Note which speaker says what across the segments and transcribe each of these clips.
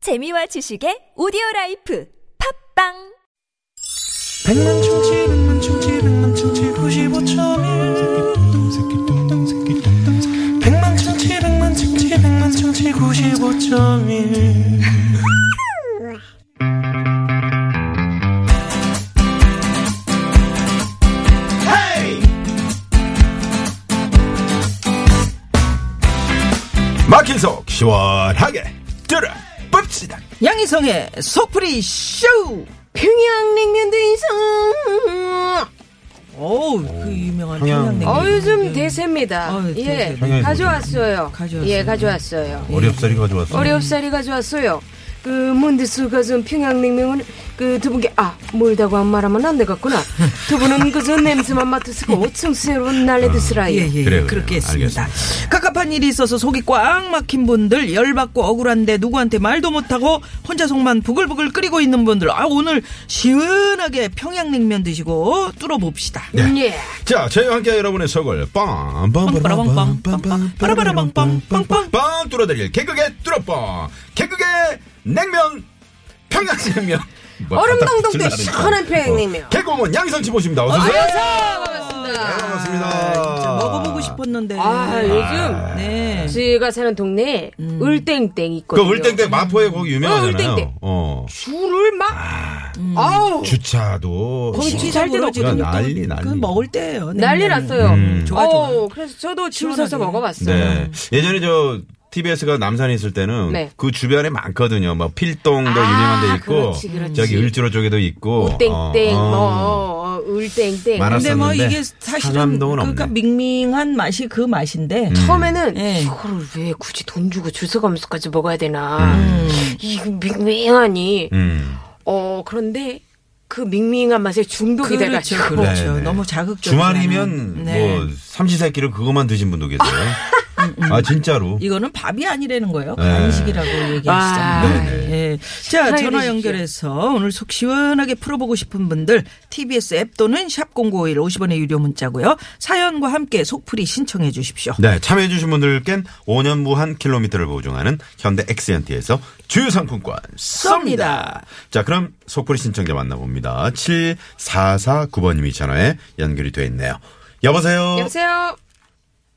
Speaker 1: 재미와 지식의 오디오 라이프 팝빵
Speaker 2: 백만 충치 백만 충치 백만 충치 95.1 백만 충치 백만 충치 백만 충치 95.1
Speaker 3: 막힌 속 시원하게 뚫어봅시다.
Speaker 4: 양희성의 속풀이 쇼!
Speaker 5: 평양냉면도 인성.
Speaker 4: 어우, 그 유명한 평양냉면.
Speaker 5: 어 요즘 대세입니다.
Speaker 4: 어이,
Speaker 5: 예,
Speaker 4: 대세.
Speaker 3: 평양냉면.
Speaker 5: 가져왔어요.
Speaker 4: 가져왔어요.
Speaker 5: 예, 가져왔어요.
Speaker 3: 어렵사리 가져왔어.
Speaker 5: 어렵사리 가져왔어요. 그 몬디스 가준 평양냉면은 그두 분께 아 몰다고 안 말하면 안 되겠구나. 두 분은 그저 냄새만 맡으시고 청스러운 날레드스라이.
Speaker 4: 예, 예,
Speaker 3: 그래요,
Speaker 4: 그렇게
Speaker 3: 그래요.
Speaker 4: 했습니다. 갑갑한 일이 있어서 속이 꽉 막힌 분들, 열받고 억울한데 누구한테 말도 못하고 혼자 속만 부글부글 끓이고 있는 분들, 아, 오늘 시원하게 평양냉면 드시고 뚫어봅시다.
Speaker 3: 네.
Speaker 5: 예.
Speaker 3: 자, 저희와 함께 여러분의 속을
Speaker 4: 빵빠라빵빵, 빵빠라빵빵, 빵빵.
Speaker 3: 빵빵빵빵빵빵 뚫어드릴 개그의 뚫어뻥 개그의 냉면 평양냉면 뭐
Speaker 5: 얼음동동 때
Speaker 3: 답답 질러라니까.
Speaker 5: 시원한 평양냉면.
Speaker 3: 어, 개그우먼 양희성 씨 모십니다. 어서 오세요. 네,
Speaker 5: 안녕하세요. 반갑습니다.
Speaker 3: 반갑습니다.
Speaker 4: 아, 진짜 먹어보고 싶었는데.
Speaker 5: 아 요즘
Speaker 3: 아,
Speaker 4: 네.
Speaker 5: 제가 사는 동네 에 을땡땡
Speaker 3: 그
Speaker 5: 있거든요.
Speaker 3: 을땡땡 마포에 거기 유명하잖아요.
Speaker 5: 어, 을땡땡.
Speaker 3: 어.
Speaker 5: 줄을 막
Speaker 3: 아.
Speaker 5: 아우
Speaker 3: 주차도
Speaker 4: 거기
Speaker 3: 시-
Speaker 4: 취사고로 지금
Speaker 3: 야, 난리,
Speaker 4: 또
Speaker 3: 난리.
Speaker 4: 그 먹을 때예요.
Speaker 5: 난리
Speaker 4: 냉면은.
Speaker 5: 났어요.
Speaker 4: 좋아, 좋아.
Speaker 5: 어, 그래서 저도 줄 서서
Speaker 4: 시원하게.
Speaker 5: 먹어봤어요.
Speaker 3: 음. 네. 예전에 저 TBS가 남산에 있을 때는
Speaker 5: 네.
Speaker 3: 그 주변에 많거든요. 막 필동도
Speaker 5: 아,
Speaker 3: 유명한 데 있고
Speaker 5: 그렇지, 그렇지.
Speaker 3: 저기 을지로 쪽에도 있고
Speaker 5: 땡땡
Speaker 3: 어, 어.
Speaker 5: 뭐 어, 울땡땡
Speaker 3: 많았-
Speaker 4: 근데 뭐
Speaker 3: 알았었는데
Speaker 4: 이게 사실은
Speaker 3: 상암동은
Speaker 4: 그러니까
Speaker 3: 없네.
Speaker 4: 밍밍한 맛이 그 맛인데
Speaker 5: 처음에는
Speaker 4: 예.
Speaker 5: 이거를 왜 굳이 돈 주고 줄 서가면서까지 먹어야 되나 이 밍밍하니
Speaker 3: 음.
Speaker 5: 어 그런데 그 밍밍한 맛에 중독이
Speaker 4: 그렇죠,
Speaker 5: 돼가지고
Speaker 4: 그렇죠.
Speaker 3: 네, 네.
Speaker 4: 너무 네. 자극적.
Speaker 3: 주말이면 뭐 삼시세끼를 그것만 드신 분도 계세요. 아 진짜로.
Speaker 4: 이거는 밥이 아니라는 거예요.
Speaker 3: 네.
Speaker 4: 간식이라고
Speaker 5: 아,
Speaker 4: 얘기하시잖아요. 예. 자,
Speaker 5: 사랑해
Speaker 4: 전화
Speaker 5: 주십시오.
Speaker 4: 연결해서 오늘 속 시원하게 풀어보고 싶은 분들 TBS 앱 또는 샵 #0951 50원의 유료 문자고요. 사연과 함께 속풀이 신청해 주십시오.
Speaker 3: 네 참여해주신 분들께는 5년 무한 킬로미터를 보증하는 현대 엑시언티에서 주유상품권 쏩니다.
Speaker 4: 쏩니다.
Speaker 3: 자 그럼 속보리 신청자 만나봅니다. 7449번님이 전화에 연결이 돼 있네요. 여보세요.
Speaker 5: 여보세요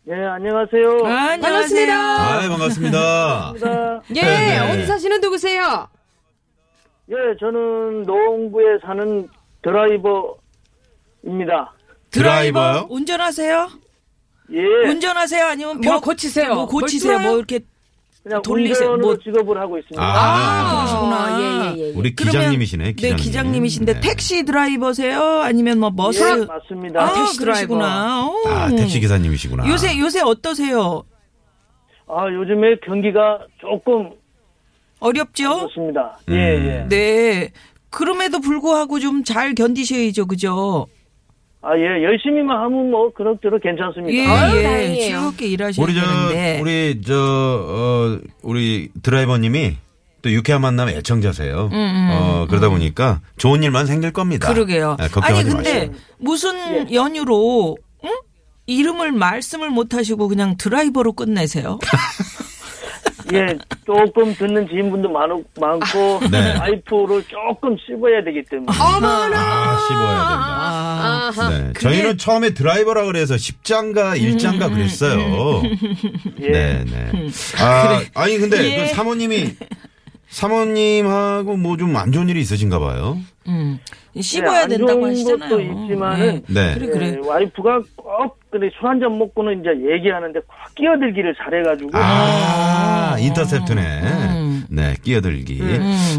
Speaker 6: 예, 안녕하세요.
Speaker 4: 안녕하세요.
Speaker 3: 아 반갑습니다.
Speaker 5: 예
Speaker 3: 네, 네.
Speaker 5: 어디 사시는 누구세요
Speaker 6: 예, 저는 노원구에 사는 드라이버입니다.
Speaker 3: 드라이버요?
Speaker 4: 운전하세요?
Speaker 6: 예,
Speaker 4: 운전하세요? 아니면
Speaker 5: 네. 뭐
Speaker 4: 벽-
Speaker 5: 고치세요.
Speaker 4: 뭐 고치세요?
Speaker 5: 뭘 뚫어요?
Speaker 4: 뭐 이렇게
Speaker 6: 그냥
Speaker 4: 돌리세요.
Speaker 6: 운전으로
Speaker 4: 뭐-
Speaker 6: 직업을 하고 있습니다.
Speaker 3: 아,
Speaker 4: 그러시구나.
Speaker 5: 어, 예예예 예,
Speaker 3: 우리
Speaker 4: 그러면-
Speaker 3: 기장님이시네. 기장님.
Speaker 4: 네, 기장님이신데
Speaker 3: 네.
Speaker 4: 택시 드라이버세요? 아니면 뭐 버스?
Speaker 6: 예, 맞습니다.
Speaker 4: 아,
Speaker 5: 택시
Speaker 4: 그러시구나. 오.
Speaker 3: 아, 택시 기사님이시구나.
Speaker 4: 음. 요새 요새 어떠세요?
Speaker 6: 아, 요즘에 경기가 조금
Speaker 4: 어렵죠?
Speaker 6: 그렇습니다. 예, 예.
Speaker 4: 네. 그럼에도 불구하고 좀 잘 견디셔야죠, 그죠?
Speaker 6: 아, 예, 열심히만 하면 뭐 그럭저럭 네, 괜찮습니다.
Speaker 4: 예,
Speaker 5: 아유,
Speaker 4: 예.
Speaker 5: 다행이에요.
Speaker 4: 즐겁게 일하셔야
Speaker 3: 우리 저
Speaker 4: 되는데.
Speaker 3: 우리 저 어, 우리 드라이버님이 또 유쾌한 만남
Speaker 4: 음,
Speaker 3: 애청자세요. 어, 그러다 보니까 좋은 일만 생길 겁니다.
Speaker 4: 그러게요.
Speaker 3: 네,
Speaker 4: 아니
Speaker 3: 걱정하지
Speaker 4: 근데
Speaker 3: 마시고.
Speaker 6: 예.
Speaker 4: 무슨 연유로 응? 이름을 말씀을 못 하시고 그냥 드라이버로 끝내세요?
Speaker 6: 예, 조금 듣는 지인분도 많, 많고,
Speaker 4: 아.
Speaker 3: 네.
Speaker 6: 와이프를 조금 씹어야 되기 때문에.
Speaker 3: 아, 씹어야
Speaker 4: 아.
Speaker 3: 된다. 네. 저희는 처음에 드라이버라 그래서 십장가 일장가 그랬어요.
Speaker 6: 예.
Speaker 3: 네, 네. 아, 아니 근데
Speaker 4: 예.
Speaker 3: 그 사모님이 사모님하고 뭐 좀 안 좋은 일이 있으신가 봐요.
Speaker 4: 음. 씹어야
Speaker 6: 네, 예, 안
Speaker 4: 된다고
Speaker 6: 좋은 것도
Speaker 4: 하시잖아요.
Speaker 6: 있지만은
Speaker 3: 네.
Speaker 4: 그래
Speaker 6: 예,
Speaker 4: 그래.
Speaker 6: 와이프가 꼭, 근데 술 한 잔 먹고는 이제 얘기하는데 꽉 끼어들기를 잘해가지고.
Speaker 3: 아, 인터셉트네.
Speaker 4: 음.
Speaker 3: 네, 끼어들기.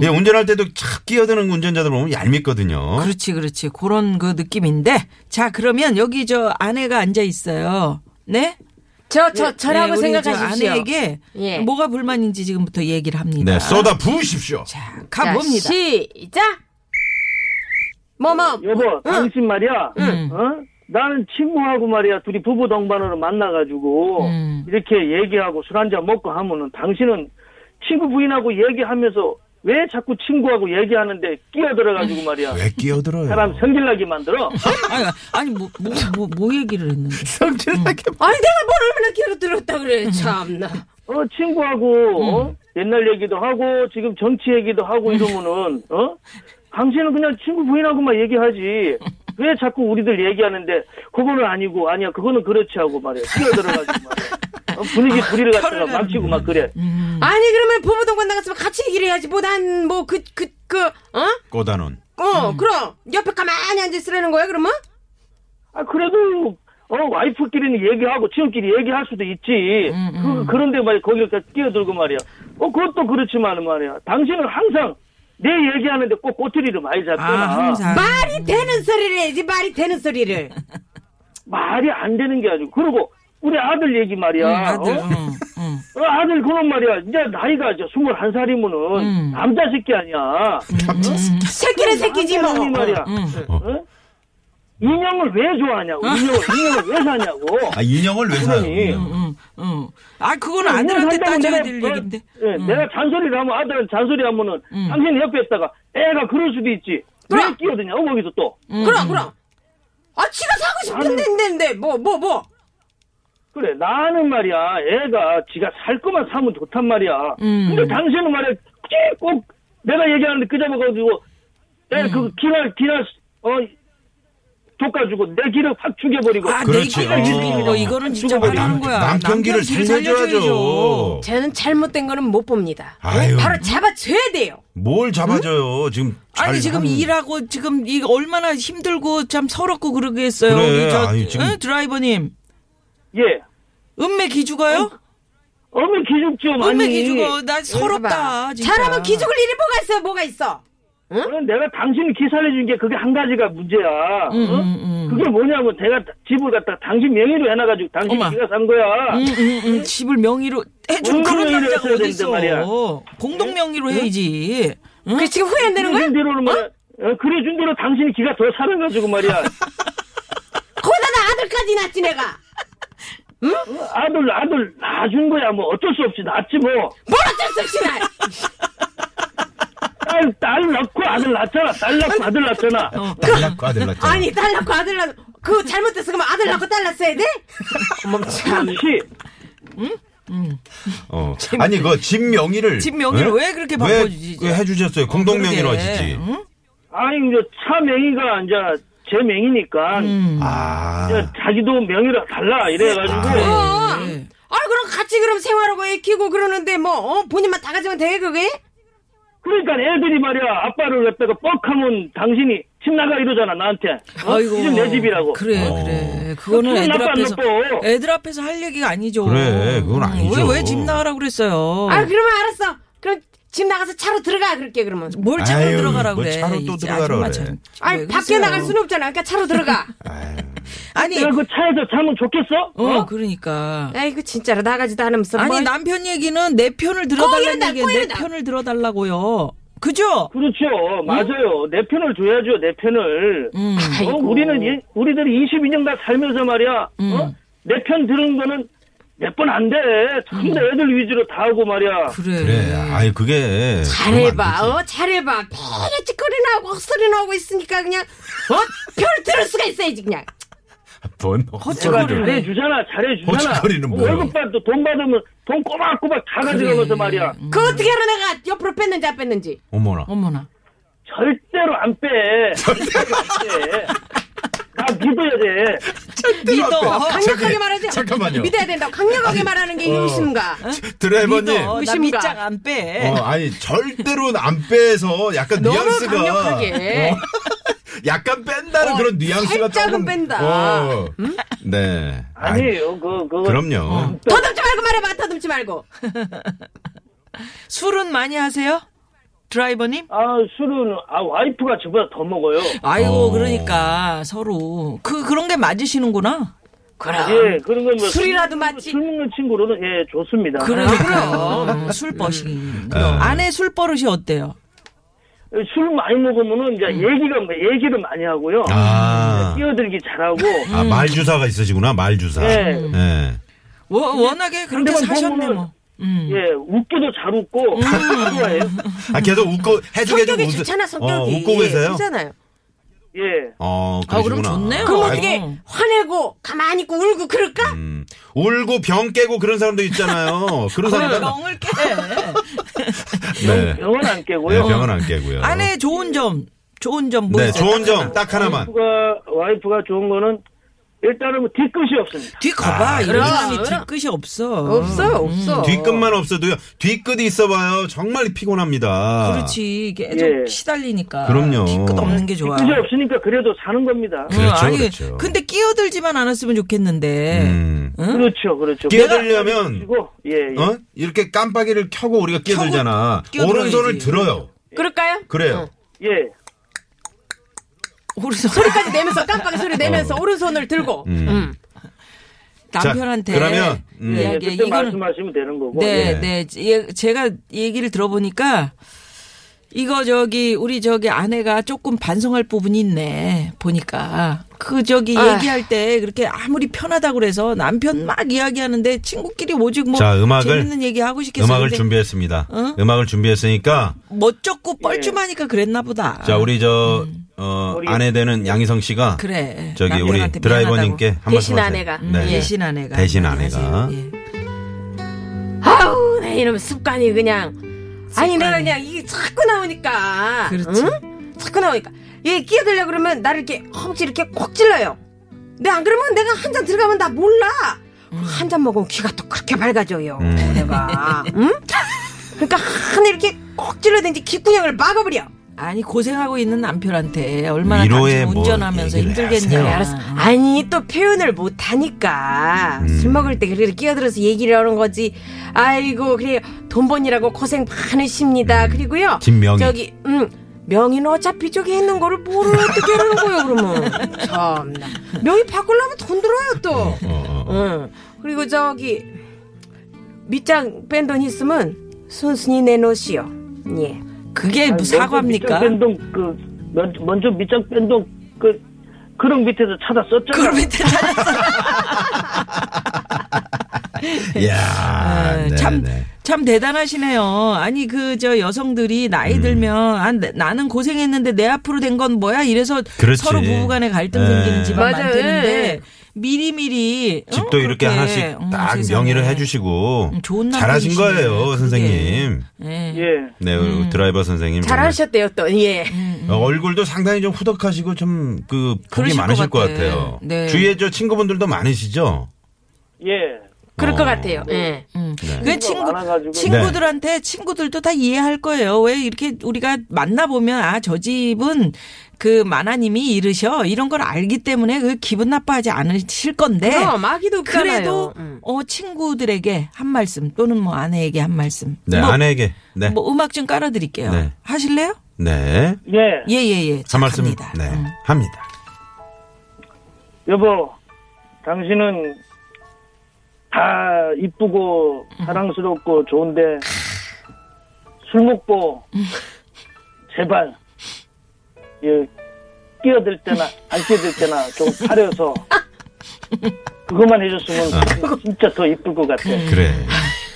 Speaker 3: 예, 운전할 때도 착 끼어드는 운전자들 보면 얄밉거든요. 네,
Speaker 4: 그렇지, 그렇지. 그런 그 느낌인데. 자, 그러면 여기 저 아내가 앉아 있어요. 네?
Speaker 5: 저 저 저라고
Speaker 4: 네, 우리 저
Speaker 5: 생각하십시오
Speaker 4: 아내에게
Speaker 5: 예.
Speaker 4: 뭐가 불만인지 지금부터 얘기를 합니다.
Speaker 3: 네, 쏟아 부으십시오.
Speaker 4: 자,
Speaker 5: 자,
Speaker 4: 가봅니다.
Speaker 5: 시작 뭐뭐
Speaker 6: 여보, 당신 말이야. 어? 나는 친구하고 말이야 둘이 부부 동반으로 만나가지고 이렇게 얘기하고 술 한잔 먹고 하면은 당신은 친구 부인하고 얘기하면서 왜 자꾸 친구하고 얘기하는데 끼어들어가지고 말이야
Speaker 3: 왜 끼어들어요?
Speaker 6: 사람 성질나게 만들어.
Speaker 4: 아니, 아니 뭐, 뭐, 뭐, 뭐 얘기를 했는데.
Speaker 3: 성질나게.
Speaker 4: 음.
Speaker 5: 아니 내가 뭘 얼마나 끼어들었다 그래 참나
Speaker 6: 어 친구하고 어? 옛날 얘기도 하고 지금 정치 얘기도 하고 이러면은 어? 당신은 그냥 친구 부인하고만 얘기하지. 왜 자꾸 우리들 얘기하는데 그거는 아니고 아니야 그거는 그렇지 하고 말이야 뛰어들어가지고 말이야 어, 분위기 불의를 갖다가
Speaker 4: 혈을
Speaker 6: 망치고 음. 막 그래
Speaker 4: 음.
Speaker 5: 아니 그러면 부모동반 나갔으면 같이 얘기를 해야지 뭐난 뭐 그 그 그 어?
Speaker 3: 꼬다논.
Speaker 5: 어 그럼 옆에 가만히 앉아있으라는 거야 그러면?
Speaker 6: 아 그래도 어 와이프끼리는 얘기하고 친구끼리 얘기할 수도 있지 그, 그런데 말이야 거기를 계속 뛰어들고 말이야 어 그것도 그렇지만 말이야 당신은 항상 내 얘기하는데 꼭 꼬투리를 많이
Speaker 4: 아,
Speaker 6: 잡잖아
Speaker 4: 항상.
Speaker 5: 말이 되는 소리를 해야지 말이 되는 소리를
Speaker 6: 말이 안 되는 게 아니고 그리고 우리 아들 얘기 말이야
Speaker 4: 음, 아들.
Speaker 6: 어?
Speaker 4: 응, 응.
Speaker 6: 어, 아들 그런 말이야 이제 나이가 이제 21살이면은 남자 새끼 아니야
Speaker 5: 새끼는 새끼지 뭐
Speaker 6: 남자놈이 말이야. 어? 인형을 왜 좋아하냐고. 인형을, 인형을 왜 사냐고.
Speaker 3: 아, 인형을 왜
Speaker 6: 아니.
Speaker 3: 사요?
Speaker 4: 응, 응. 아, 그건
Speaker 6: 인형
Speaker 4: 아들한테
Speaker 6: 산다고
Speaker 4: 따져야
Speaker 6: 내가
Speaker 4: 될
Speaker 6: 뭐-
Speaker 4: 얘기인데.
Speaker 6: 예, 내가 잔소리를 하면 아들은 잔소리 하면은 당신 옆에 있다가 애가 그럴 수도 있지. 왜
Speaker 5: 그럼.
Speaker 6: 끼어드냐고 거기서 또.
Speaker 5: 그럼 그럼 아 지가 사고 싶은데 있는데 뭐 뭐 뭐
Speaker 6: 그래 나는 말이야 애가 지가 살 것만 사면 좋단 말이야.
Speaker 4: 음.
Speaker 6: 근데 당신은 말이야 그게 꼭 내가 얘기하는데 끄잡아가지고
Speaker 4: 음.
Speaker 6: 애그 기날 기날 어 쫓아주고 내 기를 확 죽여버리고.
Speaker 4: 아,
Speaker 3: 그렇지.
Speaker 4: 내 길을
Speaker 3: 어.
Speaker 4: 죽이고 이거는 진짜
Speaker 6: 남-
Speaker 4: 말하는 거야.
Speaker 3: 아, 남편기를
Speaker 4: 남편 길을
Speaker 3: 살려줘야죠.
Speaker 5: 저는 잘못된 거는 못 봅니다
Speaker 3: 아유.
Speaker 5: 바로 잡아줘야 돼요
Speaker 3: 뭘 잡아줘요? 지금 잘
Speaker 4: 아니 지금
Speaker 3: 하는-
Speaker 4: 일하고 지금 이 얼마나 힘들고 참 서럽고 그러겠어요.
Speaker 3: 그래,
Speaker 4: 우리 저
Speaker 3: 아니, 지금-
Speaker 4: 응? 드라이버님
Speaker 6: 예.
Speaker 4: 음매 기죽어요?
Speaker 6: 어머 기죽죠 많이.
Speaker 4: 음매 기죽어. 나 서럽다.
Speaker 5: 봐봐.
Speaker 4: 진짜.
Speaker 5: 잘하면 기죽을 일이 뭐가 있어 뭐가 있어
Speaker 6: 그럼 내가 당신을 기살려준 게 그게 한 가지가
Speaker 4: 음,
Speaker 6: 문제야. 어? 그게 뭐냐면 내가 집을 갖다 당신 명의로 해놔가지고 당신
Speaker 4: 어머. 음.
Speaker 6: 이 네가 산 거야.
Speaker 4: 응, 응, 응. 네, 집을 명의로 해준
Speaker 6: 음, 공동
Speaker 4: 그런
Speaker 6: 명의로
Speaker 4: 남자가
Speaker 6: 했어야
Speaker 4: 어디
Speaker 6: 되는데
Speaker 4: 있어?
Speaker 6: 말이야.
Speaker 4: 공동 명의로 해야지. 응?
Speaker 5: 그래 지금 후회한다는 거야?
Speaker 6: 그래준 대로는 말이야. 어, 그래준 대로 당신이 기가 더 살아가지고 말이야.
Speaker 5: 거기다 나 아들까지 낳지 내가
Speaker 6: 어, 아들 아들 낳아준 거야 뭐 어쩔 수 없이 낳지 뭐.
Speaker 5: 뭘 어쩔 수 없이 날
Speaker 6: 딸 딸 낳고 아들 낳잖아. 딸 낳고 아들 낳잖아.
Speaker 3: 딸 낳고 아들 낳고.
Speaker 5: 아니 딸 낳고 아들 낳고 그 잘못됐어 그럼 아들 낳고 딸 낳았어야 돼?
Speaker 6: 그렇지.
Speaker 3: 어. 아니 그 집 명의를
Speaker 4: 집 명의를
Speaker 3: 예?
Speaker 4: 왜 그렇게 바꿔주지?
Speaker 3: 왜, 왜 해주셨어요? 공동 명의로
Speaker 4: 그러게.
Speaker 3: 하시지.
Speaker 4: 응?
Speaker 6: 아니 이제 차 명의가 이제 제 명의니까
Speaker 4: 음.
Speaker 3: 아.
Speaker 6: 이제 자기도 명의로 달라 이래가지고.
Speaker 3: 아, 그래.
Speaker 5: 어. 아 그럼 같이 그럼 생활하고 애 키우고 그러는데 뭐 어, 본인만 다 가지면 돼 그게?
Speaker 6: 그러니까 애들이 말이야 아빠를 갖다가 뻑하면 당신이 집 나가 이러잖아 나한테 어?
Speaker 4: 아이고.
Speaker 6: 이집 내 집이라고
Speaker 4: 그래,
Speaker 3: 어.
Speaker 4: 그래. 그거는
Speaker 6: 그건
Speaker 4: 애들
Speaker 6: 나빠,
Speaker 4: 앞에서
Speaker 6: 나빠.
Speaker 4: 애들 앞에서 할 얘기가 아니죠. 음,
Speaker 3: 그래, 그건 아니죠.
Speaker 4: 왜집 나가라고 그랬어요?
Speaker 5: 아 그러면 알았어 그럼 집 나가서 차로 들어가 그럴게 그러면
Speaker 3: 뭐,
Speaker 4: 뭘 차로
Speaker 3: 아유,
Speaker 4: 들어가라고
Speaker 3: 뭘
Speaker 4: 그래.
Speaker 3: 차로 또
Speaker 4: 이제
Speaker 3: 들어가라
Speaker 4: 아줌마
Speaker 3: 그래.
Speaker 4: 참.
Speaker 5: 아니
Speaker 4: 왜
Speaker 3: 뭐,
Speaker 5: 밖에
Speaker 4: 그러세요?
Speaker 5: 나갈 수는 없잖아 그러니까 차로 들어가
Speaker 4: 아니,
Speaker 6: 내가 그 차에서 자면 좋겠어?
Speaker 4: 어,
Speaker 6: 어?
Speaker 4: 그러니까.
Speaker 5: 아이고 진짜로 나가지도 않으면서
Speaker 4: 아니
Speaker 5: 뭘-
Speaker 4: 남편 얘기는 내 편을 들어달라는
Speaker 5: 꼬이는다,
Speaker 4: 얘기는 내
Speaker 5: 꼬이는다.
Speaker 4: 편을 들어달라고요. 그죠?
Speaker 6: 그렇죠 맞아요 내 편을 줘야죠 내 편을 어?
Speaker 5: 아이고. 음.
Speaker 6: 우리는 이- 우리들이 22년 다 살면서 말이야 어? 내 편 들은 거는 몇 번 안돼참
Speaker 5: 음.
Speaker 6: 다 애들 위주로 다 하고 말이야
Speaker 4: 그래.
Speaker 3: 그래. 아이 그게
Speaker 5: 잘해봐 어 잘해봐 맨날 찌꺼리 나오고 헛소리 나오고 있으니까 그냥 어 편을 들을 수가 있어야지 그냥
Speaker 4: 어?
Speaker 3: 돈
Speaker 6: 내가
Speaker 3: 헛소리를.
Speaker 6: 잘해주잖아 잘해주잖아
Speaker 3: 호치거리는 뭐야?
Speaker 6: 월급 받도 돈 받으면 돈 꼬박꼬박 다 가져가면서 말이야
Speaker 5: 그거
Speaker 3: 음.
Speaker 5: 어떻게 알아 내가 옆으로 뺐는지 안 뺐는지
Speaker 3: 어머나.
Speaker 4: 어머나.
Speaker 6: 절대로 안 빼. 절대로 안 빼. 나 믿어야 돼.
Speaker 4: 믿어.
Speaker 5: 강력하게 말하지
Speaker 3: 아, 잠깐만요. 어. 네.
Speaker 5: 믿어야 된다고 강력하게 말하는 게 의심가
Speaker 3: 드라이버님.
Speaker 4: 믿어. 나
Speaker 5: 의심가.
Speaker 4: 밑장 안 빼.
Speaker 3: 어, 아니 절대로 안 빼서 약간
Speaker 5: 예. 너무
Speaker 3: 뉘앙스가
Speaker 5: 강력하게. 어,
Speaker 3: 어, 약간 뺀다는 그런 뉘앙스가
Speaker 5: 살짝은
Speaker 3: 조금
Speaker 5: 뺀다. 음?
Speaker 3: 어, 네.
Speaker 6: 아니에요. 그, 그.
Speaker 3: 아이, 그럼요.
Speaker 5: 더듬지 말고 말해봐 더듬지 말고
Speaker 4: 술은 많이 하세요? 드라이버님?
Speaker 6: 아, 술은, 아, 와이프가 저보다 더 먹어요.
Speaker 4: 아이고,
Speaker 3: 어.
Speaker 4: 그러니까, 서로. 그, 그런 게 맞으시는구나.
Speaker 5: 그럼
Speaker 6: 예, 그런 건 뭐.
Speaker 5: 아. 술이라도
Speaker 6: 술-
Speaker 5: 마치-
Speaker 6: 술 먹는 친구로는, 예, 좋습니다.
Speaker 3: 음,
Speaker 4: 그러니까. 술버시.
Speaker 3: 네.
Speaker 4: 그럼. 아내 술버릇이 어때요?
Speaker 6: 예, 술 많이 먹으면은,
Speaker 4: 음.
Speaker 6: 이제 얘기가, 뭐- 얘기를 많이 하고요.
Speaker 3: 아.
Speaker 6: 뛰어들기 잘하고.
Speaker 3: 아, 말주사가 있으시구나, 말주사.
Speaker 6: 네.
Speaker 3: 네.
Speaker 4: 워- 워낙에 그렇게
Speaker 6: 근데 뭐
Speaker 4: 사셨네,
Speaker 6: 보면은-
Speaker 4: 뭐.
Speaker 6: 예, 웃기도 잘 웃고.
Speaker 4: 음.
Speaker 6: 좋아해요.
Speaker 3: 아, 계속 웃고, 해주게 해주고
Speaker 5: 성격이
Speaker 3: 웃
Speaker 5: 좋잖아 성격이
Speaker 3: 어, 웃고 계세요?
Speaker 5: 그잖아요
Speaker 6: 예.
Speaker 3: 어,
Speaker 4: 아, 그럼
Speaker 3: 그러시구나.
Speaker 4: 좋네요.
Speaker 5: 그럼
Speaker 4: 아이고.
Speaker 5: 어떻게 화내고 가만히 있고 울고 그럴까?
Speaker 3: 음, 울고 병 깨고 그런 사람도 있잖아요. 그런 사람들
Speaker 4: 병을 깨.
Speaker 3: 네.
Speaker 6: 병은 안
Speaker 3: 네,
Speaker 6: 깨고요.
Speaker 3: 병은 안 깨고요.
Speaker 4: 아내 좋은 점, 좋은 점 뭐?
Speaker 3: 네,
Speaker 4: 있어요?
Speaker 3: 좋은 점 딱 하나만.
Speaker 6: 와이프가 와이프가 좋은 거는 일단은 뭐 뒤끝이 없습니다.
Speaker 4: 뒤 거봐.
Speaker 3: 아,
Speaker 4: 이런
Speaker 5: 그럼,
Speaker 4: 사람이
Speaker 5: 그럼.
Speaker 4: 뒤끝이 없어.
Speaker 5: 없어
Speaker 4: 음,
Speaker 5: 없어.
Speaker 3: 뒤끝만 없어도요. 뒤끝이 있어봐요. 정말 피곤합니다.
Speaker 4: 그렇지. 계속
Speaker 6: 예.
Speaker 4: 시달리니까.
Speaker 3: 그럼요.
Speaker 4: 뒤끝 없는 게 좋아.
Speaker 6: 뒤끝이 없으니까 그래도 사는 겁니다.
Speaker 4: 응,
Speaker 3: 그렇죠,
Speaker 4: 아니,
Speaker 3: 그렇죠.
Speaker 4: 근데 끼어들지만 않았으면 좋겠는데.
Speaker 3: 음.
Speaker 6: 그렇죠, 그렇죠.
Speaker 3: 끼어들려면
Speaker 6: 그리고 예, 예.
Speaker 3: 어? 이렇게 깜빡이를 켜고 우리가 끼어들잖아.
Speaker 4: 끼어들어야지.
Speaker 3: 오른손을 들어요.
Speaker 5: 그럴까요?
Speaker 3: 그래요.
Speaker 6: 예.
Speaker 4: 우리 소-
Speaker 5: 소리까지 내면서 깜빡이 소리 내면서
Speaker 3: 어.
Speaker 5: 오른손을 들고. 음.
Speaker 4: 남편한테.
Speaker 3: 자, 그러면, 음.
Speaker 6: 예,
Speaker 4: 이야기,
Speaker 6: 그때
Speaker 4: 이거는.
Speaker 6: 말씀하시면 되는 거고. 예.
Speaker 4: 네, 네. 예, 제가 얘기를 들어보니까 이거 저기 우리 저기 아내가 조금 반성할 부분이 있네. 보니까 그 저기
Speaker 5: 아휴.
Speaker 4: 얘기할 때 그렇게 아무리 편하다고 그래서 남편 막 이야기하는데 친구끼리 오직 뭐
Speaker 3: 자, 음악을-
Speaker 4: 재밌는 얘기 하고 싶겠어.
Speaker 3: 음악을
Speaker 4: 근데
Speaker 3: 준비했습니다. 음악을 준비했으니까
Speaker 4: 멋쩍고
Speaker 6: 예.
Speaker 4: 뻘쭘하니까 그랬나 보다.
Speaker 3: 자 우리 저 어,
Speaker 6: 우리-
Speaker 3: 아내 되는 양희성 씨가
Speaker 4: 아. 그래.
Speaker 3: 저기 우리
Speaker 4: 남편한테
Speaker 3: 드라이버님께 한
Speaker 5: 대신
Speaker 3: 말씀 하세요.
Speaker 5: 아내가. 음,
Speaker 3: 네.
Speaker 4: 대신 아내가
Speaker 3: 대신 아내가.
Speaker 4: 안녕하세요. 예.
Speaker 5: 아우 내 어, 네, 이놈 습관이 그냥. 아니 내가 그냥 이게 자꾸 나오니까.
Speaker 4: 그렇지.
Speaker 5: 응? 자꾸 나오니까 얘 끼어들려 그러면 나를 이렇게 허벅지 이렇게 콕 찔러요. 근데 안 그러면 내가 한 잔 들어가면 나 몰라.
Speaker 4: 음.
Speaker 5: 한 잔 먹으면 귀가 또 그렇게 밝아져요.
Speaker 3: 음.
Speaker 5: 내가. 응? 그러니까 한 이렇게 콕 찔러든지 귓구녕을 막아버려.
Speaker 4: 아니 고생하고 있는 남편한테 얼마나
Speaker 3: 위로의
Speaker 4: 당신
Speaker 3: 뭐
Speaker 4: 운전하면서
Speaker 3: 얘기를
Speaker 4: 힘들겠냐.
Speaker 3: 하세요.
Speaker 5: 네, 알았어. 아니 또 표현을 못하니까
Speaker 3: 음.
Speaker 5: 술 먹을 때 그렇게 끼어들어서 얘기를 하는 거지. 아이고 그래 돈 버니라고 고생 많으십니다. 그리고요.
Speaker 3: 집 명의.
Speaker 5: 저기 음 명의는 어차피 저기 있는 거를 뭐를 어떻게 하는 거예요 그러면. 참나. 명의 바꾸려면 돈 들어요 또.
Speaker 3: 어, 어, 어.
Speaker 5: 응. 그리고 저기 밑장 뺀 돈 있으면 순순히 내놓으시오. 예.
Speaker 4: 그게 뭐
Speaker 6: 아니,
Speaker 4: 사과입니까?
Speaker 6: 먼저 밑장 뺀동 그 먼- 먼저 밑장 뺀동 그 그런 밑에서 찾아
Speaker 4: 그걸
Speaker 6: 썼잖아요.
Speaker 4: 왜 대단한
Speaker 3: 야, 네,
Speaker 4: 참,
Speaker 3: 네.
Speaker 4: 참 대단하시네요. 아니, 그, 저 여성들이 나이
Speaker 3: 음.
Speaker 4: 들면, 아, 내- 나는 고생했는데 내 앞으로 된 건 뭐야? 이래서
Speaker 3: 그렇지.
Speaker 4: 서로 부부 간에 갈등 생기는
Speaker 3: 네.
Speaker 4: 집안
Speaker 5: 맞아요.
Speaker 6: 네.
Speaker 4: 많대는데, 미리미리. 어?
Speaker 3: 집도 이렇게
Speaker 4: 그렇게,
Speaker 3: 하나씩
Speaker 4: 어,
Speaker 3: 딱
Speaker 4: 세상에.
Speaker 3: 명의를 해주시고
Speaker 4: 음, 좋은
Speaker 3: 잘하신
Speaker 4: 남편이시네.
Speaker 3: 거예요,
Speaker 4: 그게.
Speaker 3: 선생님.
Speaker 4: 예.
Speaker 6: 예.
Speaker 3: 네, 드라이버 선생님. 정말.
Speaker 5: 잘하셨대요 또. 예.
Speaker 3: 어, 얼굴도 상당히 좀 후덕하시고 좀 그 복이
Speaker 4: 음. 그러실 것
Speaker 3: 많으실 것
Speaker 4: 같아.
Speaker 3: 같아요.
Speaker 4: 네.
Speaker 3: 주위에 저 친구분들도 많으시죠?
Speaker 6: 예.
Speaker 5: 그럴 것
Speaker 3: 어.
Speaker 5: 같아요. 예.
Speaker 4: 그 친구,
Speaker 6: 많아가지고.
Speaker 4: 친구들한테
Speaker 3: 네.
Speaker 4: 친구들도 다 이해할 거예요. 왜 이렇게 우리가 만나보면, 아, 저 집은 그 마나님이 이르셔. 이런 걸 알기 때문에 그 기분 나빠하지 않으실 건데.
Speaker 5: 그럼 아기도 어, 없잖아요.
Speaker 4: 그래도,
Speaker 5: 음.
Speaker 4: 어, 친구들에게 한 말씀 또는 뭐 아내에게 한 말씀.
Speaker 3: 네,
Speaker 4: 뭐,
Speaker 3: 아내에게. 네.
Speaker 4: 뭐 음악 좀 깔아드릴게요.
Speaker 3: 네.
Speaker 4: 하실래요?
Speaker 3: 네.
Speaker 6: 예.
Speaker 4: 예, 예, 예.
Speaker 3: 한 말씀.
Speaker 4: 합니다. 음.
Speaker 3: 네. 합니다.
Speaker 6: 여보, 당신은 다 이쁘고 사랑스럽고 좋은데 술 먹고 제발 예, 끼어들 때나 안 끼어들 때나 좀 가려서 그것만 해줬으면 진짜 더 이쁠 것 같아.
Speaker 3: 그래.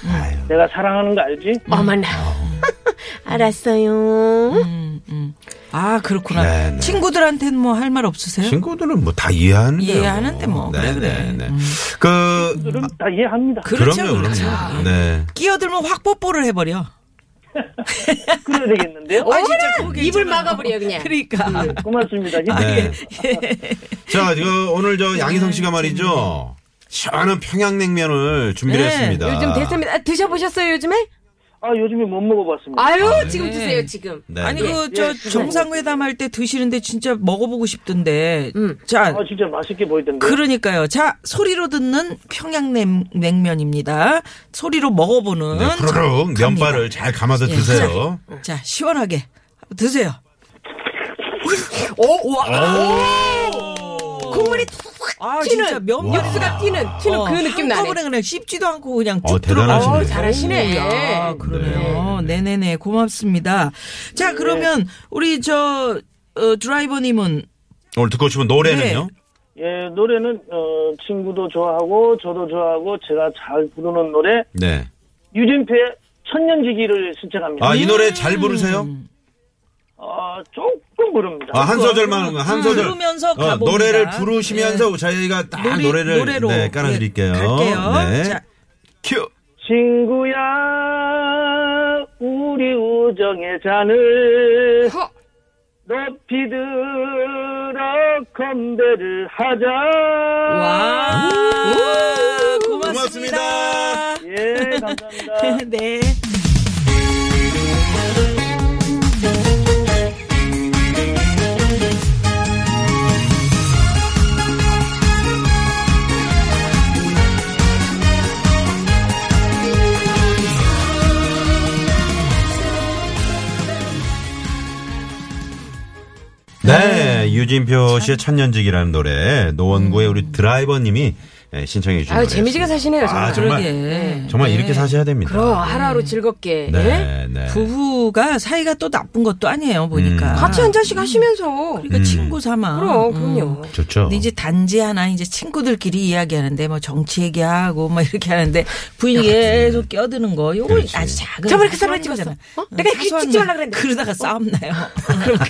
Speaker 3: 아유.
Speaker 6: 내가 사랑하는 거 알지?
Speaker 5: 어머나. 알았어요.
Speaker 4: 음. 아, 그렇구나.
Speaker 3: 네, 네.
Speaker 4: 친구들한테는 뭐 할 말 없으세요?
Speaker 3: 친구들은 뭐 다 이해하는데.
Speaker 4: 이해하는데 뭐, 그래, 그래.
Speaker 3: 네. 그,
Speaker 6: 그럼 다 이해합니다.
Speaker 4: 그렇죠,
Speaker 3: 그럼요,
Speaker 4: 그렇죠.
Speaker 3: 그럼요. 네.
Speaker 4: 끼어들면 확 뽀뽀를 해버려.
Speaker 6: 그래야 되겠는데요?
Speaker 4: 아, 진짜 그거
Speaker 5: 입을
Speaker 4: 괜찮아.
Speaker 5: 막아버려, 그냥.
Speaker 4: 그러니까.
Speaker 6: 고맙습니다.
Speaker 4: 아,
Speaker 3: 네.
Speaker 4: 예.
Speaker 3: 자, 그 오늘
Speaker 4: 네.
Speaker 3: 저 양희성 씨가 말이죠. 시원한 평양냉면을 준비를
Speaker 4: 네,
Speaker 3: 했습니다.
Speaker 5: 요즘 대세입니다. 아, 드셔보셨어요, 요즘에?
Speaker 6: 아, 요즘에 못 먹어봤습니다.
Speaker 5: 아유, 지금 드세요, 지금.
Speaker 3: 네.
Speaker 4: 아니
Speaker 3: 네.
Speaker 4: 그 저 정상회담 할 때 드시는데 진짜 먹어보고 싶던데. 자,
Speaker 6: 아, 진짜 맛있게 보이던데.
Speaker 4: 그러니까요. 자, 소리로 듣는 평양냉면입니다. 소리로 먹어보는.
Speaker 3: 네, 푸르륵
Speaker 4: 자,
Speaker 3: 면발을 잘 감아서
Speaker 4: 예.
Speaker 3: 드세요.
Speaker 4: 갑니다. 자, 시원하게 드세요. 오, 와.
Speaker 5: 국물이 툭
Speaker 4: 아, 진짜
Speaker 5: 튀는,
Speaker 4: 면발이
Speaker 5: 육수가 튀는, 튀는 그 느낌 나네.
Speaker 4: 어, 한꺼번에 그냥 씹지도 않고 그냥
Speaker 3: 어,
Speaker 4: 쭉
Speaker 3: 대단하시네요.
Speaker 4: 들어가고.
Speaker 3: 어,
Speaker 5: 잘하시네.
Speaker 4: 아, 그러네요. 네. 네네네. 고맙습니다. 자, 그러면 우리 저 어, 드라이버님은
Speaker 3: 오늘 듣고 싶은 노래는요?
Speaker 6: 예, 노래는 어, 친구도 좋아하고 저도 좋아하고 제가 잘 부르는 노래
Speaker 3: 네.
Speaker 6: 유진표의 천년지기를 신청합니다.
Speaker 4: 음.
Speaker 3: 아, 이 노래 잘 부르세요?
Speaker 6: 어, 조금 조금 부릅니다.
Speaker 3: 아, 한 소절만 한 소절
Speaker 4: 음.
Speaker 3: 어,
Speaker 4: 부르면서 가봅니다.
Speaker 3: 노래를 부르시면서 저희가 딱
Speaker 4: 놀이-
Speaker 3: 아, 노래를
Speaker 4: 노래로.
Speaker 3: 네, 깔아드릴게요.
Speaker 4: 예, 갈게요.
Speaker 3: 네.
Speaker 4: 자.
Speaker 3: 큐.
Speaker 6: 친구야 우리 우정의 잔을
Speaker 5: 허.
Speaker 6: 높이 들어 건배를 하자.
Speaker 4: 와. 고맙습니다.
Speaker 3: 고맙습니다.
Speaker 6: 예, 감사합니다.
Speaker 4: 네.
Speaker 3: 네, 유진표 씨의 천년직이라는 노래 노원구의 우리 드라이버님이 예, 신청해 주신
Speaker 5: 아유
Speaker 3: 노래였습니다.
Speaker 5: 재미지게 사시네요. 정말.
Speaker 3: 아, 정말
Speaker 4: 예.
Speaker 3: 정말 이렇게 사셔야 됩니다.
Speaker 5: 그럼 하루하루 즐겁게. 예?
Speaker 3: 네, 네.
Speaker 4: 부부가 사이가 또 나쁜 것도 아니에요, 보니까.
Speaker 5: 같이 한 잔씩 하시면서.
Speaker 4: 그러니까 친구 삼아.
Speaker 5: 그럼
Speaker 4: 음.
Speaker 5: 그럼요.
Speaker 3: 좋죠.
Speaker 4: 근데 이제 단지 하나 이제 친구들끼리 이야기하는데 뭐 정치 얘기하고 막 이렇게 하는데 부인이 계속 껴드는 거 요거
Speaker 3: 그렇지.
Speaker 4: 아주 작은
Speaker 5: 네. 저번에 그
Speaker 4: 사소한
Speaker 5: 사진 찍었어.
Speaker 4: 거잖아.
Speaker 5: 어? 내가 이렇게
Speaker 4: 사소한
Speaker 5: 찍지
Speaker 4: 거.
Speaker 5: 말라 그랬는데. 어,
Speaker 4: 그러다가 싸움 나요.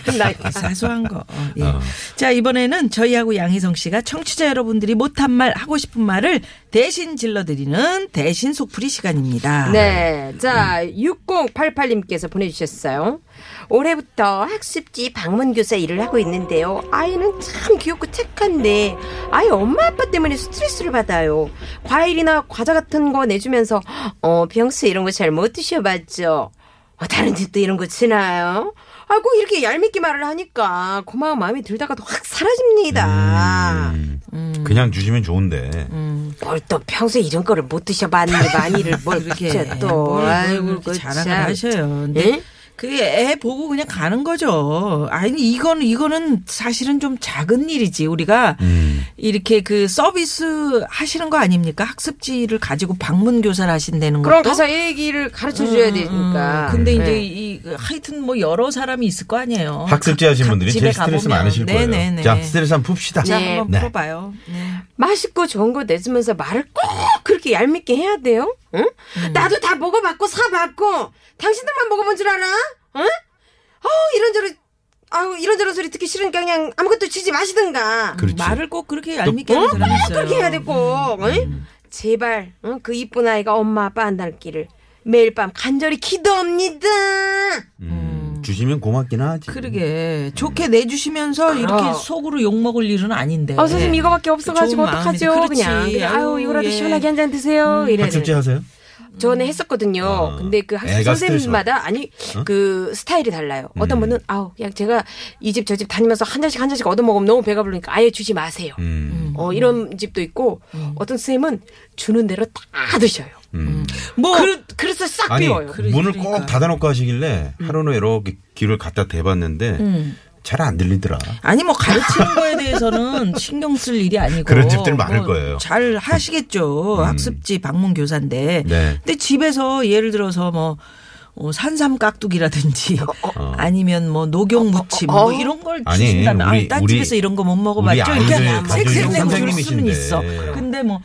Speaker 5: 그럼 나
Speaker 4: 사소한 거. 어, 예. 자 이번에는 저희하고 양희성 씨가 청취자 여러분들이 못한 말 하고 싶은 말을 대신 질러드리는 대신 속풀이 시간입니다.
Speaker 5: 네. 자, 6088님께서 보내주셨어요. 올해부터 학습지 방문교사 일을 하고 있는데요. 아이는 참 귀엽고 착한데, 아이 엄마 아빠 때문에 스트레스를 받아요. 과일이나 과자 같은 거 내주면서, 어, 병수 이런 거 잘 못 드셔봤죠? 어, 다른 집도 이런 거 치나요? 아, 꼭 이렇게 얄밉게 말을 하니까 고마운 마음이 들다가도 확 사라집니다.
Speaker 4: 음.
Speaker 3: 음. 그냥 주시면 좋은데.
Speaker 5: 뭘 또 평소에 이런 거를 못 드셔봤는데 많이를 뭘
Speaker 4: 그렇게
Speaker 5: 그렇게 또
Speaker 4: 뭘, 뭘
Speaker 5: 아이고
Speaker 4: 그렇게
Speaker 5: 그
Speaker 4: 자랑을
Speaker 5: 참.
Speaker 4: 하셔요. 네. 근데
Speaker 5: 예?
Speaker 4: 그게 애 보고 그냥 가는 거죠. 아니 이건 이거는 사실은 좀 작은 일이지 우리가
Speaker 3: 음.
Speaker 4: 이렇게 그 서비스 하시는 거 아닙니까? 학습지를 가지고 방문 교사를 하신다는
Speaker 5: 그럼
Speaker 4: 것도. 음,
Speaker 5: 가서 얘기를 가르쳐 줘야 되니까.
Speaker 4: 근데 이제
Speaker 5: 네.
Speaker 4: 이 하여튼 뭐 여러 사람이 있을 거 아니에요.
Speaker 3: 학습지 하신
Speaker 4: 어, 각
Speaker 3: 분들이
Speaker 4: 집에
Speaker 3: 제일 스트레스
Speaker 4: 가보면.
Speaker 3: 많으실 거예요.
Speaker 4: 네네네.
Speaker 3: 자, 스트레스 한번 풉시다.
Speaker 4: 자,
Speaker 5: 네.
Speaker 4: 한번
Speaker 3: 네.
Speaker 4: 풀어봐요. 네.
Speaker 5: 맛있고 좋은 거 내주면서 말을 꼭 그렇게 얄밉게 해야 돼요? 응?
Speaker 4: 음.
Speaker 5: 나도 다 먹어봤고 사봤고 당신들만 먹어본 줄 알아? 응? 어 이런저런 아우 이런저런 소리 듣기 싫으니까 그냥 아무것도 주지 마시든가.
Speaker 3: 그렇지.
Speaker 4: 말을 꼭 그렇게 얄밉게 하는 사람이 있어요.
Speaker 5: 그렇게 해야 되고. 응?
Speaker 4: 그렇죠. 음.
Speaker 5: 제발 응? 그 이쁜 아이가 엄마 아빠 안 닮기를 매일 밤 간절히 기도합니다.
Speaker 3: 음, 주시면 고맙긴 하지.
Speaker 4: 그러게 좋게 내주시면서
Speaker 5: 그럼.
Speaker 4: 이렇게 속으로 욕 먹을 일은 아닌데.
Speaker 5: 아 선생님 이거밖에 없어가지고
Speaker 4: 네. 좋은 마음이죠.
Speaker 5: 어떡하죠?
Speaker 4: 그렇지.
Speaker 5: 그냥, 그냥 아유
Speaker 4: 아유,
Speaker 5: 이거라도
Speaker 4: 예. 음. 아,
Speaker 5: 시원하게 한 잔 드세요. 이래.
Speaker 3: 학습지 하세요?
Speaker 5: 저는 했었거든요.
Speaker 3: 아,
Speaker 5: 근데 그 학습
Speaker 3: 애가
Speaker 5: 선생님마다 아니 그 스타일이 달라요.
Speaker 3: 음.
Speaker 5: 어떤 분은 아우 그냥 제가 이 집 저 집 다니면서 한 잔씩 한 잔씩 얻어 먹으면 너무 배가 부르니까 아예 주지 마세요.
Speaker 3: 음.
Speaker 5: 어 이런 집도 있고
Speaker 4: 음.
Speaker 5: 어떤 선생님은 주는 대로 다 드셔요.
Speaker 3: 음.
Speaker 4: 뭐
Speaker 5: 그릇 그릇을 싹
Speaker 3: 아니,
Speaker 5: 비워요.
Speaker 3: 문을 꼭 닫아놓고 하시길래 하루는 이렇게 귀를 갖다 대봤는데 잘 안 들리더라.
Speaker 4: 아니 뭐 가르치는 거에 대해서는 신경 쓸 일이 아니고
Speaker 3: 그런 집들 많을
Speaker 4: 뭐
Speaker 3: 거예요. 음.
Speaker 4: 잘 하시겠죠 학습지 방문 교사인데.
Speaker 3: 네.
Speaker 4: 근데 집에서 예를 들어서 뭐 어, 산삼 깍두기라든지 아니면 뭐 녹용 무침
Speaker 5: 어, 어, 어.
Speaker 4: 뭐 이런 걸
Speaker 3: 어. 아니,
Speaker 4: 주신다면
Speaker 3: 우리-
Speaker 4: 아딴
Speaker 3: 우리-
Speaker 4: 집에서 이런 거 못
Speaker 3: 우리
Speaker 4: 먹어봤죠.
Speaker 3: 아이들 가지고
Speaker 4: 그러니까
Speaker 3: 있는
Speaker 4: 색색색 줄 수는
Speaker 3: 선생님이신데.
Speaker 4: 있어. 근데 뭐.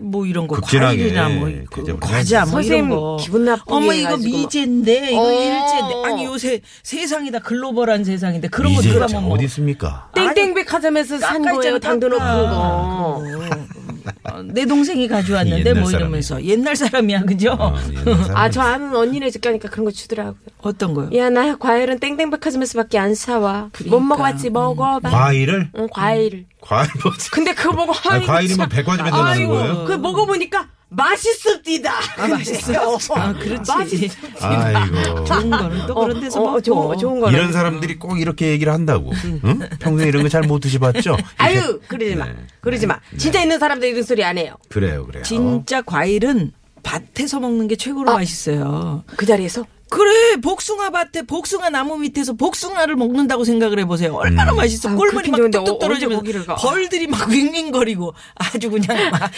Speaker 4: 뭐 이런 거
Speaker 3: 극진하게
Speaker 4: 과일이나 뭐 그,
Speaker 3: 대접을
Speaker 4: 과자 뭐
Speaker 5: 선생님
Speaker 4: 이런 거
Speaker 5: 기분 나쁘게
Speaker 4: 어머 이거
Speaker 5: 해가지고 막.
Speaker 4: 미제인데 이거
Speaker 5: 어.
Speaker 4: 일제인데 아니 요새 세상이 다 글로벌한 세상인데 그런 거 뭐.
Speaker 3: 이제
Speaker 4: 누가 못 먹어
Speaker 3: 어디 있습니까?
Speaker 5: 땡땡백화점에서 산
Speaker 4: 깎아
Speaker 5: 거예요.
Speaker 4: 있잖아,
Speaker 5: 당도 높은
Speaker 4: 깎아.
Speaker 5: 거.
Speaker 4: 어, 내 동생이 가져왔는데
Speaker 3: 옛날
Speaker 4: 뭐 이러면서 옛날 사람이야 그죠?
Speaker 3: 어, 옛날 사람.
Speaker 5: 아 저 아는 언니네 집 가니까 그런 거 주더라고요.
Speaker 4: 어떤 거요?
Speaker 5: 야 나 과일은 땡땡백화점에서밖에 안 사와. 못
Speaker 4: 그러니까.
Speaker 5: 먹어봤지 먹어봐.
Speaker 3: 과일을?
Speaker 5: 응, 과일을.
Speaker 3: 과일 뭐지?
Speaker 5: 근데 그거 먹어.
Speaker 3: 아, 과일이면 백화점에 들어가는 거예요?
Speaker 5: 그 먹어보니까 맛있습디다. 아, 맛있어.
Speaker 4: 아, 그렇지.
Speaker 3: 아이고.
Speaker 4: 좋은 거는 또 그런 데서 먹고
Speaker 5: 어, 좋은, 좋은 거라.
Speaker 3: 이런 사람들이 꼭 이렇게 얘기를 한다고. 응? 평소에 이런 거 잘 못 드셔봤죠? 이렇게.
Speaker 5: 아유, 그러지 마.
Speaker 3: 네.
Speaker 5: 그러지 마. 진짜 있는 사람들 이런 소리 안 해요.
Speaker 3: 그래요, 그래요.
Speaker 5: 어.
Speaker 4: 진짜 과일은 밭에서 먹는 게
Speaker 5: 아.
Speaker 4: 최고로 맛있어요.
Speaker 5: 그 자리에서.
Speaker 4: 그래 복숭아 밭에 복숭아 나무 밑에서 복숭아를 먹는다고 생각을 해보세요. 얼마나 맛있어.
Speaker 5: 아,
Speaker 4: 꿀물이
Speaker 5: 그렇긴
Speaker 4: 막
Speaker 5: 좋은데
Speaker 4: 뚝뚝
Speaker 5: 어-
Speaker 4: 떨어지면서
Speaker 5: 언제 거기를 가?
Speaker 4: 벌들이 막 윙윙거리고 아주 그냥 막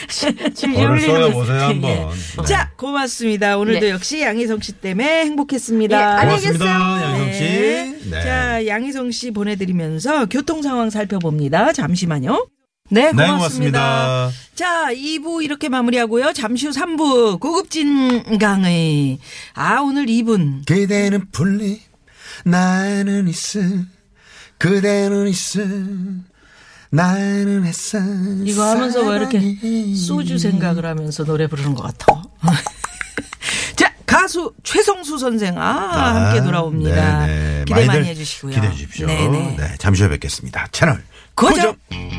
Speaker 3: 벌을 쏘여보세요, 한번.
Speaker 4: 예.
Speaker 3: 네.
Speaker 4: 자 고맙습니다. 오늘도
Speaker 5: 네.
Speaker 4: 역시 양희성 씨 때문에 행복했습니다.
Speaker 5: 예, 안녕히
Speaker 3: 고맙습니다,
Speaker 5: 계세요.
Speaker 3: 양희성
Speaker 4: 네.
Speaker 3: 씨. 네.
Speaker 4: 자, 양희성 씨 보내드리면서 교통 상황 살펴봅니다. 잠시만요. 네, 고맙습니다.
Speaker 3: 고맙습니다.
Speaker 4: 자, 2부 이렇게 마무리하고요. 잠시 후 3부 고급진 강의. 아, 오늘 2분.
Speaker 3: 그대는 풀립, 나는 있을. 그대는 있음 나는 햇살
Speaker 4: 이거 하면서 왜 이렇게 소주 생각을 하면서 노래 부르는 것 같아. 자, 가수 최성수 선생. 아, 함께 돌아옵니다.
Speaker 3: 네네.
Speaker 4: 기대 많이
Speaker 3: 많이들
Speaker 4: 해주시고요.
Speaker 3: 기대해 주십시오.
Speaker 4: 네네.
Speaker 3: 네, 잠시 후에 뵙겠습니다. 채널
Speaker 4: 고정!
Speaker 3: 고정.